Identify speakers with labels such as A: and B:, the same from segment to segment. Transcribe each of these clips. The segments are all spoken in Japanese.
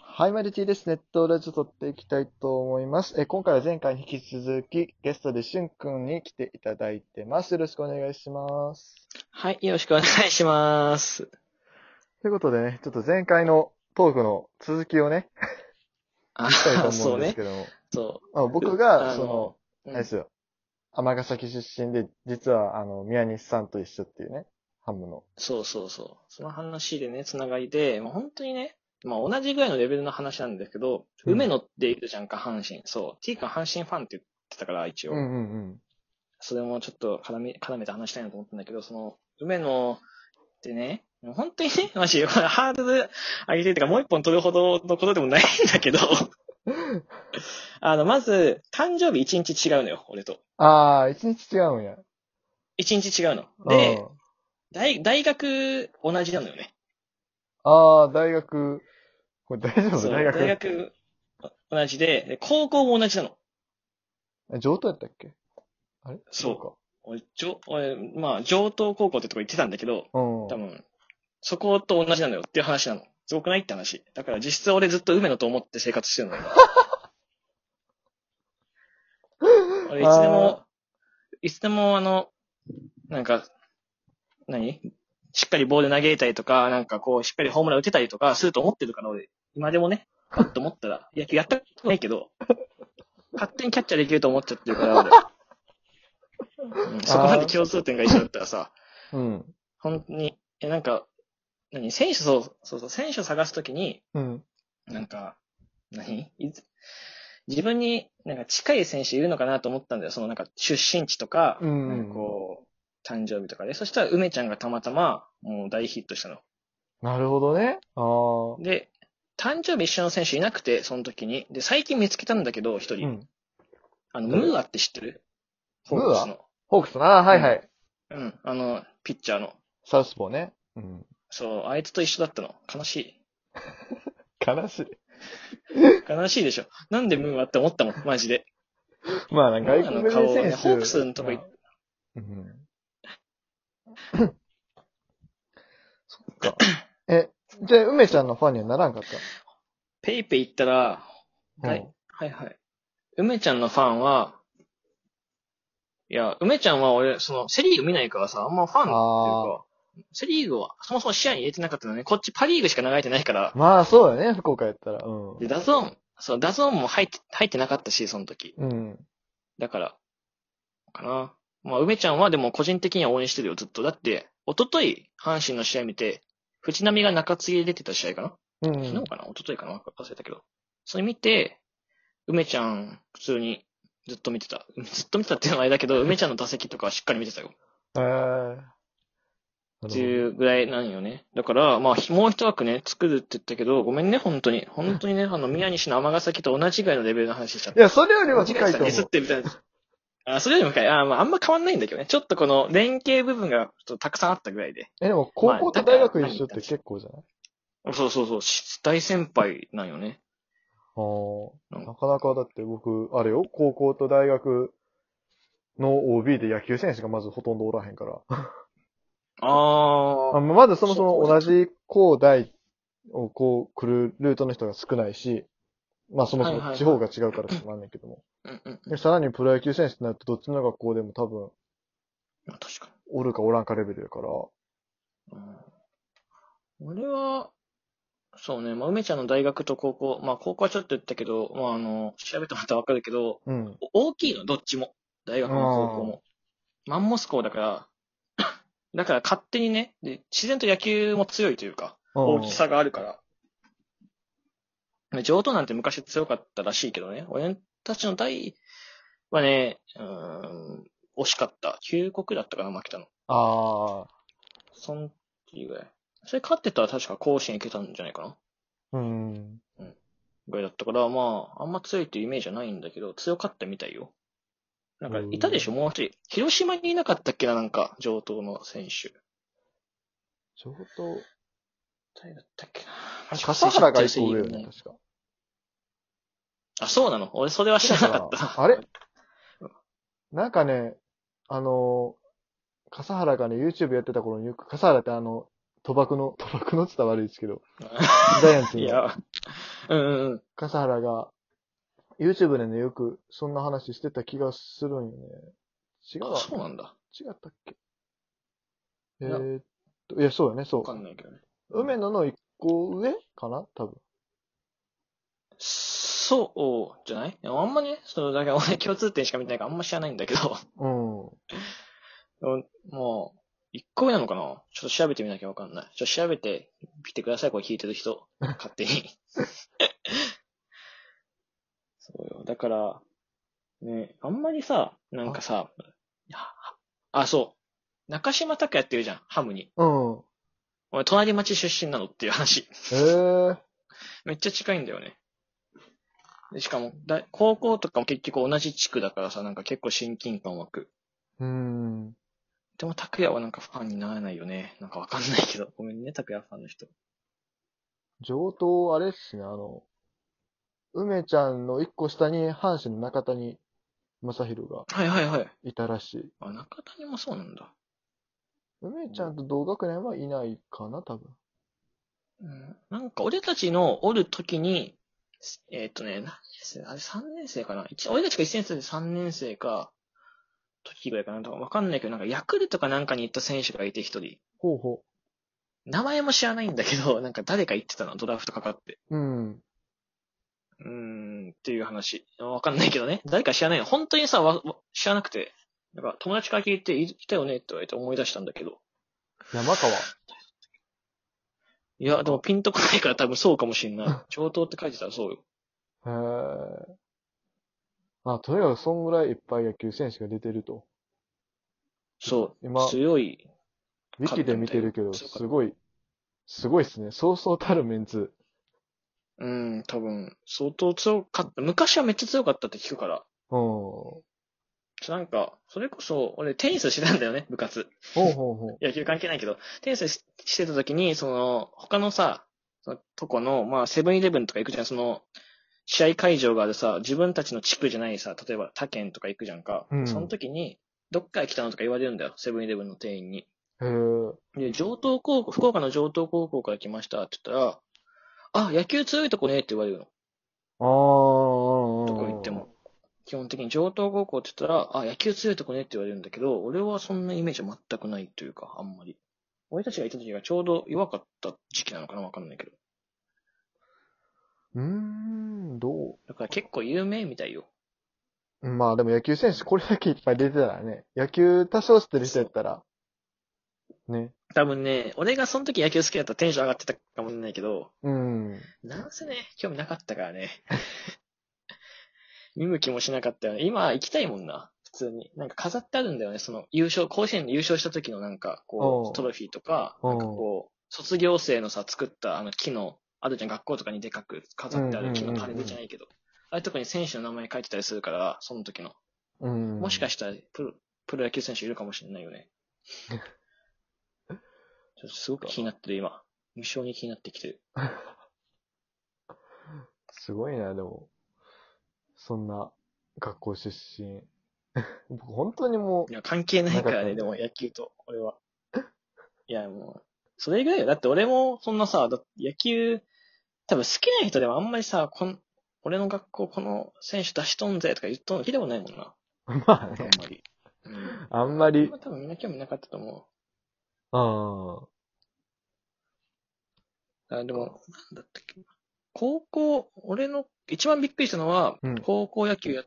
A: はい、マルチです。ネットラジオ撮っていきたいと思います。えー今回は前回に引き続き、ゲストでしゅんくんに来ていただいてます。よろしくお願いします。
B: はい、よろしくお願いします。
A: ということでね、ちょっと前回のトークの続きを ね、
B: あ
A: したいと思
B: そう
A: うんです
B: ね
A: け。ども、
B: そ
A: あの僕
B: あ
A: が、
B: の
A: その、
B: う。
A: あれですよ、尼崎出身で、実は、あの、宮西さんと一緒っていうね、ハムの。
B: そうそうそう。その話でね、つながりで、まあ、本当にね、まあ、同じぐらいのレベルの話なんだけど、
A: うん
B: 梅野っているじゃんか、阪神。そう。t 君阪神ファンって言ってたから、一応。
A: うんうん
B: それもちょっと絡め、絡めて話したいなと思ったんだけど、その、梅野ってね、本当にね、マジ、まあハードル上げてってか、もう一本取るほどのことでもないん だけど、あの、まず、誕生日一日違うのよ、俺と。
A: うん。ああ、一日違うんや。
B: 一日違うの。で、
A: うん、
B: 大、大学同じなのよね。
A: ああ、大学、これ大丈
B: そ
A: 夫
B: う
A: 大学。
B: 大学同じで、で高校も同じなの。
A: え上等やったっけあれ
B: そう
A: か。
B: 俺、上、俺、まあ、上東高校ってとこ行ってたんだけど、
A: うん。
B: 多分、そこと同じなのよっていう話なの。すごくないって話。だから実質俺ずっと梅野と思って生活し てるのよ。俺いつでも、いつでもあの、なんか、何しっかりボール投げたりとか、なんかこう、しっかりホームラン打てたりとかすると思ってるから、俺、今でもね、パッと思ったら、野球やったことないけど、勝手にキャッチャーできると思っちゃってるから、俺。うんそこまで共通点が一緒だったらさ、
A: うん。
B: 本当に、え、なんか、何選手、そう、そうそう、選手を探すときに、
A: うん。
B: なんか、何いつ自分になんか近い選手いるのかなと思ったんだよ。そのなんか出身地とか、
A: うん
B: なんかこう、誕生日とかで。そしたら梅ちゃんがたまたまもう大ヒットしたの。
A: なるほどね。ああ。
B: で、誕生日一緒の選手いなくて、その時に。で、最近見つけたんだけど、一
A: う
B: 人。
A: ん。
B: あの、ムーアって知ってる
A: ムーア
B: ホークスの。
A: ホークスの、ああ、はいはい。
B: うん。あの、ピッチャーの。
A: サウスポーね。うん。
B: そう、あいつと一緒だったの。悲しい。
A: 悲しい。
B: 悲しいでしょ。なんでムーアって思ったもん、マジで。
A: まあ、なんか
B: ムー
A: 外
B: ア
A: 国
B: の
A: 人
B: 顔を
A: 選
B: ね、
A: 手。
B: ホークスのとこ行っ
A: うん。 そっか。え、じゃあ、梅ちゃんのファンにはならんかっ
B: ペイペイ行ったら、
A: た
B: は
A: うん
B: い、はいはい。梅ちゃんのファンは、いや、梅ちゃんは俺、その、セリーグ見ないからさ、あんまファンっ
A: あ
B: ていうか、セリーグはそもそも視野に入れてなかったのね。こっちパリーグしか流れてないから、
A: まあ、そうだよね、福岡やったら。うん。
B: で、ダゾーン、そう、ダゾーンも入って、入ってなかったし、その時。
A: うん。
B: だから、かな。まあ、梅ちゃんはでも個人的には応援してるよ、ずっと。だって、一昨日阪神の試合見て、藤浪が中継ぎで出てた試合かな
A: う
B: 昨
A: ん
B: 日。かな一昨日かな忘れたけど。それ見て、梅ちゃん、普通にずっと見てた。 ずっと見てたっていうのはあれだけ ど、梅ちゃんの打席とかはしっかり見てたよ。
A: えー。
B: っていうぐらいなんよね。だから、まあ、ひもう一枠ね、作るって言ったけど、ごめんね、本当に。本当にね、あの、宮西の尼崎と同じぐらいのレベルの話しちゃっ
A: い
B: た。
A: や、それよりは近いと
B: ディ
A: 思
B: スっ
A: う。
B: てみたいな。 あ、それよりも深い。あ、まあ、あんま変わんないんだけどね。ちょっとこの連携部分がちょっとたくさんあったぐらいで。
A: え、でも、高校と大学一緒って結構じゃない
B: そうそうそう、し大先輩なんよね。
A: ああ、
B: うん
A: なかなかだって僕、あれよ、高校と大学の OB で野球選手がまずほとんどおらへんから。
B: あ
A: あ
B: ー。
A: まずそもそも同じ高大をこう来るルートの人が少ないし、まあそもそ
B: はいはい
A: も
B: はい
A: 地方が違うからしょうがないんだけども。
B: うんうんうん。
A: でさらにプロ野球選手になるとどっちの学校でも多分、
B: まあ確かに。
A: おるかおらんかレベルやから。
B: うん俺は、そうね、まあ、梅ちゃんの大学と高校、まあ、高校はちょっと言ったけど、まあ、あの、調べてもらったらわかるけど、
A: うん。
B: お大きいの、どっちも。大学も高校も。マンモス校だから、 だから勝手にねで、自然と野球も強いというか、大きさがあるから。まあ上等なんて昔強かったらしいけどね、俺たちの代はね、うーん、惜しかった。9国だったかな、負けたの。
A: うん。ああ、
B: そん時ぐらい。それ勝ってたら確か甲子園行けたんじゃないかな
A: うん。
B: ぐらいだったから、まあ、あんま強いっていうイメージはないんだけど、強かったみたいよ。なんか、いたでしょ、もう一人。広島にいなかったっけな、なんか、上等の選手。
A: ちょうど、
B: 誰だったっけな。
A: あれ笠原が一個上よね、確か。
B: あ、そうなの俺、それは知らなかった。
A: あれなんかね、あの、笠原がね、YouTube やってた頃によく、笠原ってあの、賭博の、 賭博のって言ったら悪いですけ ど、ジャイアンツ
B: い
A: の
B: や、うんうんうん。
A: 笠原が、YouTube でね、よくそんな話してた気がするんよね。違う
B: あ
A: わ
B: そうなんだ。
A: 違ったっけえ
B: や
A: ーっと、いや、そうやね、そ
B: わかんないけどね。
A: う。梅野の一個上かな多分。
B: そうじゃないでもあんまね、その、だから俺共通点しか見てないからあんま知らないんだけど、
A: うん。
B: もう、一個目なのかなちょっと調べてみなきゃわかんない。ちょっと調べてみてください、これ聞いてる人。勝手に。 そうよ。だから、ね、あんまりさ、なんかさ、あ、あそう。中島拓也ってるじゃん、ハムに。
A: うん。
B: 俺、隣町出身なのっていう話。
A: えー、
B: めっちゃ近いんだよね。でしかもだ、高校とかも結局同じ地区だからさ、なんか結構親近感湧く。
A: うん。
B: でも、拓也はなんかファンにならないよね。なんかわかんないけど。ごめんね、拓也ファンの人。
A: 上等、あれっすね、あの、梅ちゃんの一個下に阪神の中谷正宏が
B: はいはいはい。
A: いたらしい。
B: あ、中谷もそうなんだ。
A: 梅ちゃんと同学年はいないかな、多分。
B: うん、なんか、俺たちのおる時に、えーっとね、何年生あれ3年生かな一俺たちが1年生で3年生か、時ぐらいかなとかわかんないけど、なんかヤクルトかなんかに行った選手がいて一人。
A: ほうほ
B: 名前も知らないんだけど、なんか誰か言ってたの、ドラフトかかって。
A: う。うん。
B: うーん、っていう話。わかんないけどね。誰か知らないの。本当にさ、わわ知らなくて。なんか友達から聞いて、いいたよねって言われて思い出したんだけど。
A: 山川。
B: いや、でもピンとこないから多分そうかもしん ない。上等って書いてたらそうよ。
A: へえ。あ、とにかくそんぐらいいっぱい野球選手が出てると。
B: そう。
A: 今
B: 強い。
A: ウィキで見てるけど、
B: そうか
A: すごい、すごいっすね。そうそうたるメンツ。
B: うん、多分、相当強かった。昔はめっちゃ強かったって聞くから。
A: うん。ほ
B: ちょなんか、それこそ、俺テニスしてたんだよね、部活。
A: うほうほう。
B: 野球関係ないけど、テニスししてた時に、その、他のさ、そのとこの、まあ、セブンイレブンとか行くじゃん、その、試合会場があるさ、自分たちの地区じゃないさ、例えば他県とか行くじゃんか。
A: うん
B: その時に、どっから来たのとか言われるんだよ、セブンイレブンの店員に。
A: へえ。
B: で、上東高校、福岡の上東高校から来ましたって言ったら、あ、野球強いとこねって言われるの。
A: あー。
B: どこ行っても。基本的に上東高校って言ったら、あ、野球強いとこねって言われるんだけど、俺はそんなイメージは全くないというか、あんまり。俺たちがいた時がちょうど弱かった時期なのかなわかんないけど。
A: うーん、ど
B: だから結構有名みたいよ。
A: うまあでも野球選手これだけいっぱい出てたらね。野球多少知ってる人やったら。ね。
B: 多分ね、俺がその時野球好きだったらテンション上がってたかもしれないけど、
A: うん。
B: なんせね、興味なかったからね。 見向きもしなかったよね。今行きたいもんな、普通に。なんか飾ってあるんだよね、その優勝、甲子園で優勝した時のなんか、
A: お
B: こ
A: う
B: う、トロフィーとか、
A: おう
B: なんかこう、卒業生のさ、作ったあの木の、あるじゃん、学校とかにでかく飾ってある木
A: うん
B: の
A: うんうんうん
B: 種じゃないけど。あれとかに選手の名前書いてたりするから、その時の。
A: うん。
B: もしか
A: し
B: したらプロ、プロ野球選手いるかもしれないよ ね。ちょっとすごく気になってる、今。無性に気になってきてる。
A: すごいな、でも。そんな、学校出身。 僕本当にも
B: いや、関係ないからね、
A: な
B: でも野球と、俺は。いや、もう、それぐらいよ。だって俺も、そんなさ、だって野球、多分好きな人でもあんまりさ、こん俺の学校この選手出しとんぜとか言っとんの聞いたことないもんな。
A: う、 まあ
B: あん
A: ね、
B: まり。うん。
A: あんま
B: あ
A: り
B: んま、多分みんな興味なかったと思
A: あ
B: う。あ、でも、なんだったっけ。高校、俺の、一番びっくりしたのは、
A: うん
B: 高校野球や、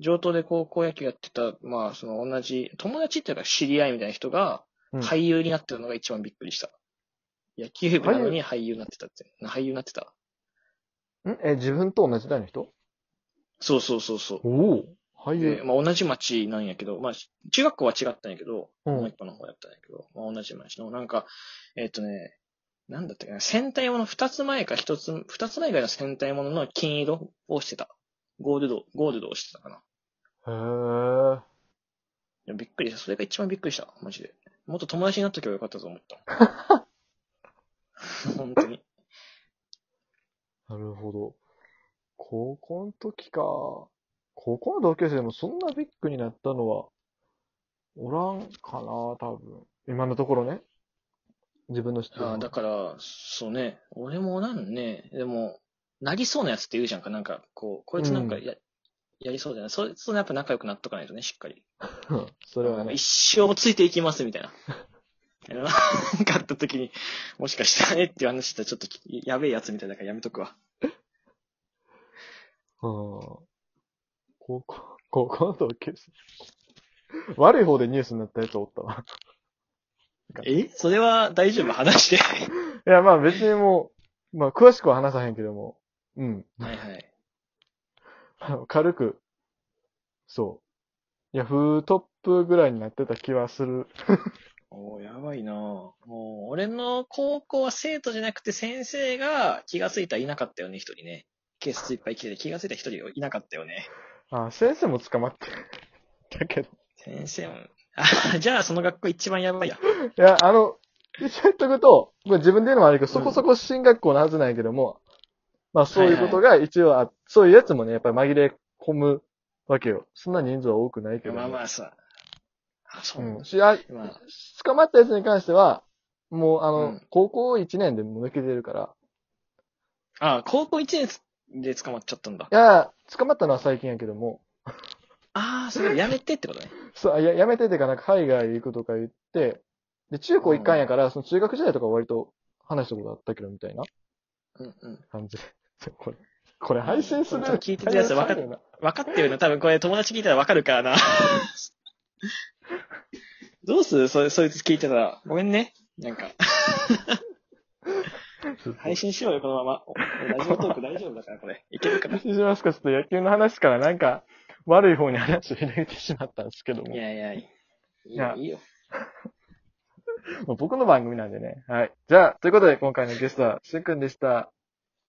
B: 上等で高校野球やってた、まあ、その同じ、友達っていうか知り合いみたいな人が、
A: あ。
B: 俳
A: い。
B: 優になってるのが一番びっくりした。野球部なのに俳優になってたって。俳優になってた。
A: んえ、自分と同じ代の人
B: そうそうそうそ
A: おお俳
B: う。
A: 優
B: で、。まあ同じ町なんやけど、まあ中学校は違ったんやけど、
A: うん
B: もう一個の方やったんやけど、まあ同じ町の、なんか、えっ、とね、なんだったかな、戦隊もの二つ前か一つ、二つ前ぐらいの戦隊ものの金色をしてた。ゴールド、ゴールドをしてたかな。
A: へえ。
B: でもびっくりした。それが一番びっくりした。マジで。もっと友達になっとけばよかったと思った。 本当に。
A: なるほど。高校の時か。高校の同級生でもそんなビッグになったのは、おらんかな、多分。今のところね。自分の質
B: ああ、だから、そうね、俺もなんね、でも、なりそうなやつって言うじゃんか、なんか、こう、こいつなんかや、やりそうじゃない。そいつとやっぱ仲良くなっとかないとね、しっかり。
A: それは
B: なんか
A: ね。
B: 一生ついていきます、みたいな。 なんかあった時に、もしかしたらねっていう話したらちょっときやべえやつみたいだからやめとくわ。
A: うん高校、高校の同級生。悪い方でニュースになったやつおったわ。
B: えそれは大丈夫 話して。
A: いや、まあ別にもう、まあ詳しくは話さへんけども、うん。
B: はいはい。
A: あの 軽く、そう。ヤフートップぐらいになってた気はする。
B: おーやばいなぁもう、俺の高校は生徒じゃなくて先生が気がついたらいなかったよね、一人ね。ケースいっぱい来てて気がついたら一人いなかったよね。
A: あ、先生も捕まって。 だけど。
B: 先生も、あ、 じゃあその学校一番やばいや。
A: いや、あの、一応言っとくと、これ自分で言うのもあれだけど、そこそこ進学校なはずなんやけども、まあそういうことが一応あ、そういうやつもね、やっぱり紛れ込むわけよ。そんな人数は多くないけども。
B: まあまあさ。あ、そうう。
A: ん。しあ
B: まあ、
A: 捕まったやつに関しては、もうあの、
B: うん
A: 高校1年でもう抜けてるから、
B: あ、高校一年で捕まっちゃったんだ
A: い。や、捕まったのは最近やけども、
B: ああ、それやめてってことね。
A: そう、あややめててかなんか海外行くとか言って、で、中高一貫やから、その中学時代とか割と話したことあったけどみたいな
B: うんうん。
A: 感 じで。これ、これ配信する
B: うん聞いてたやつ分かっ
A: な。
B: 分かってるな。多分これ友達聞いたら分かるから な。どうするそそいつ聞いてたら。ごめんね。なん か。配信しようよ、このまま。おラジオトーク大丈夫だから、これ。いける かな。い
A: しますかちょっと野球の話からなんか、悪い方に話を入れてしまったんですけども。
B: やいや、いい
A: いや
B: よ、いいよ。
A: もう僕の番組なんでね。はい。じゃあ、ということで今回のゲストは、しゅんくんでした。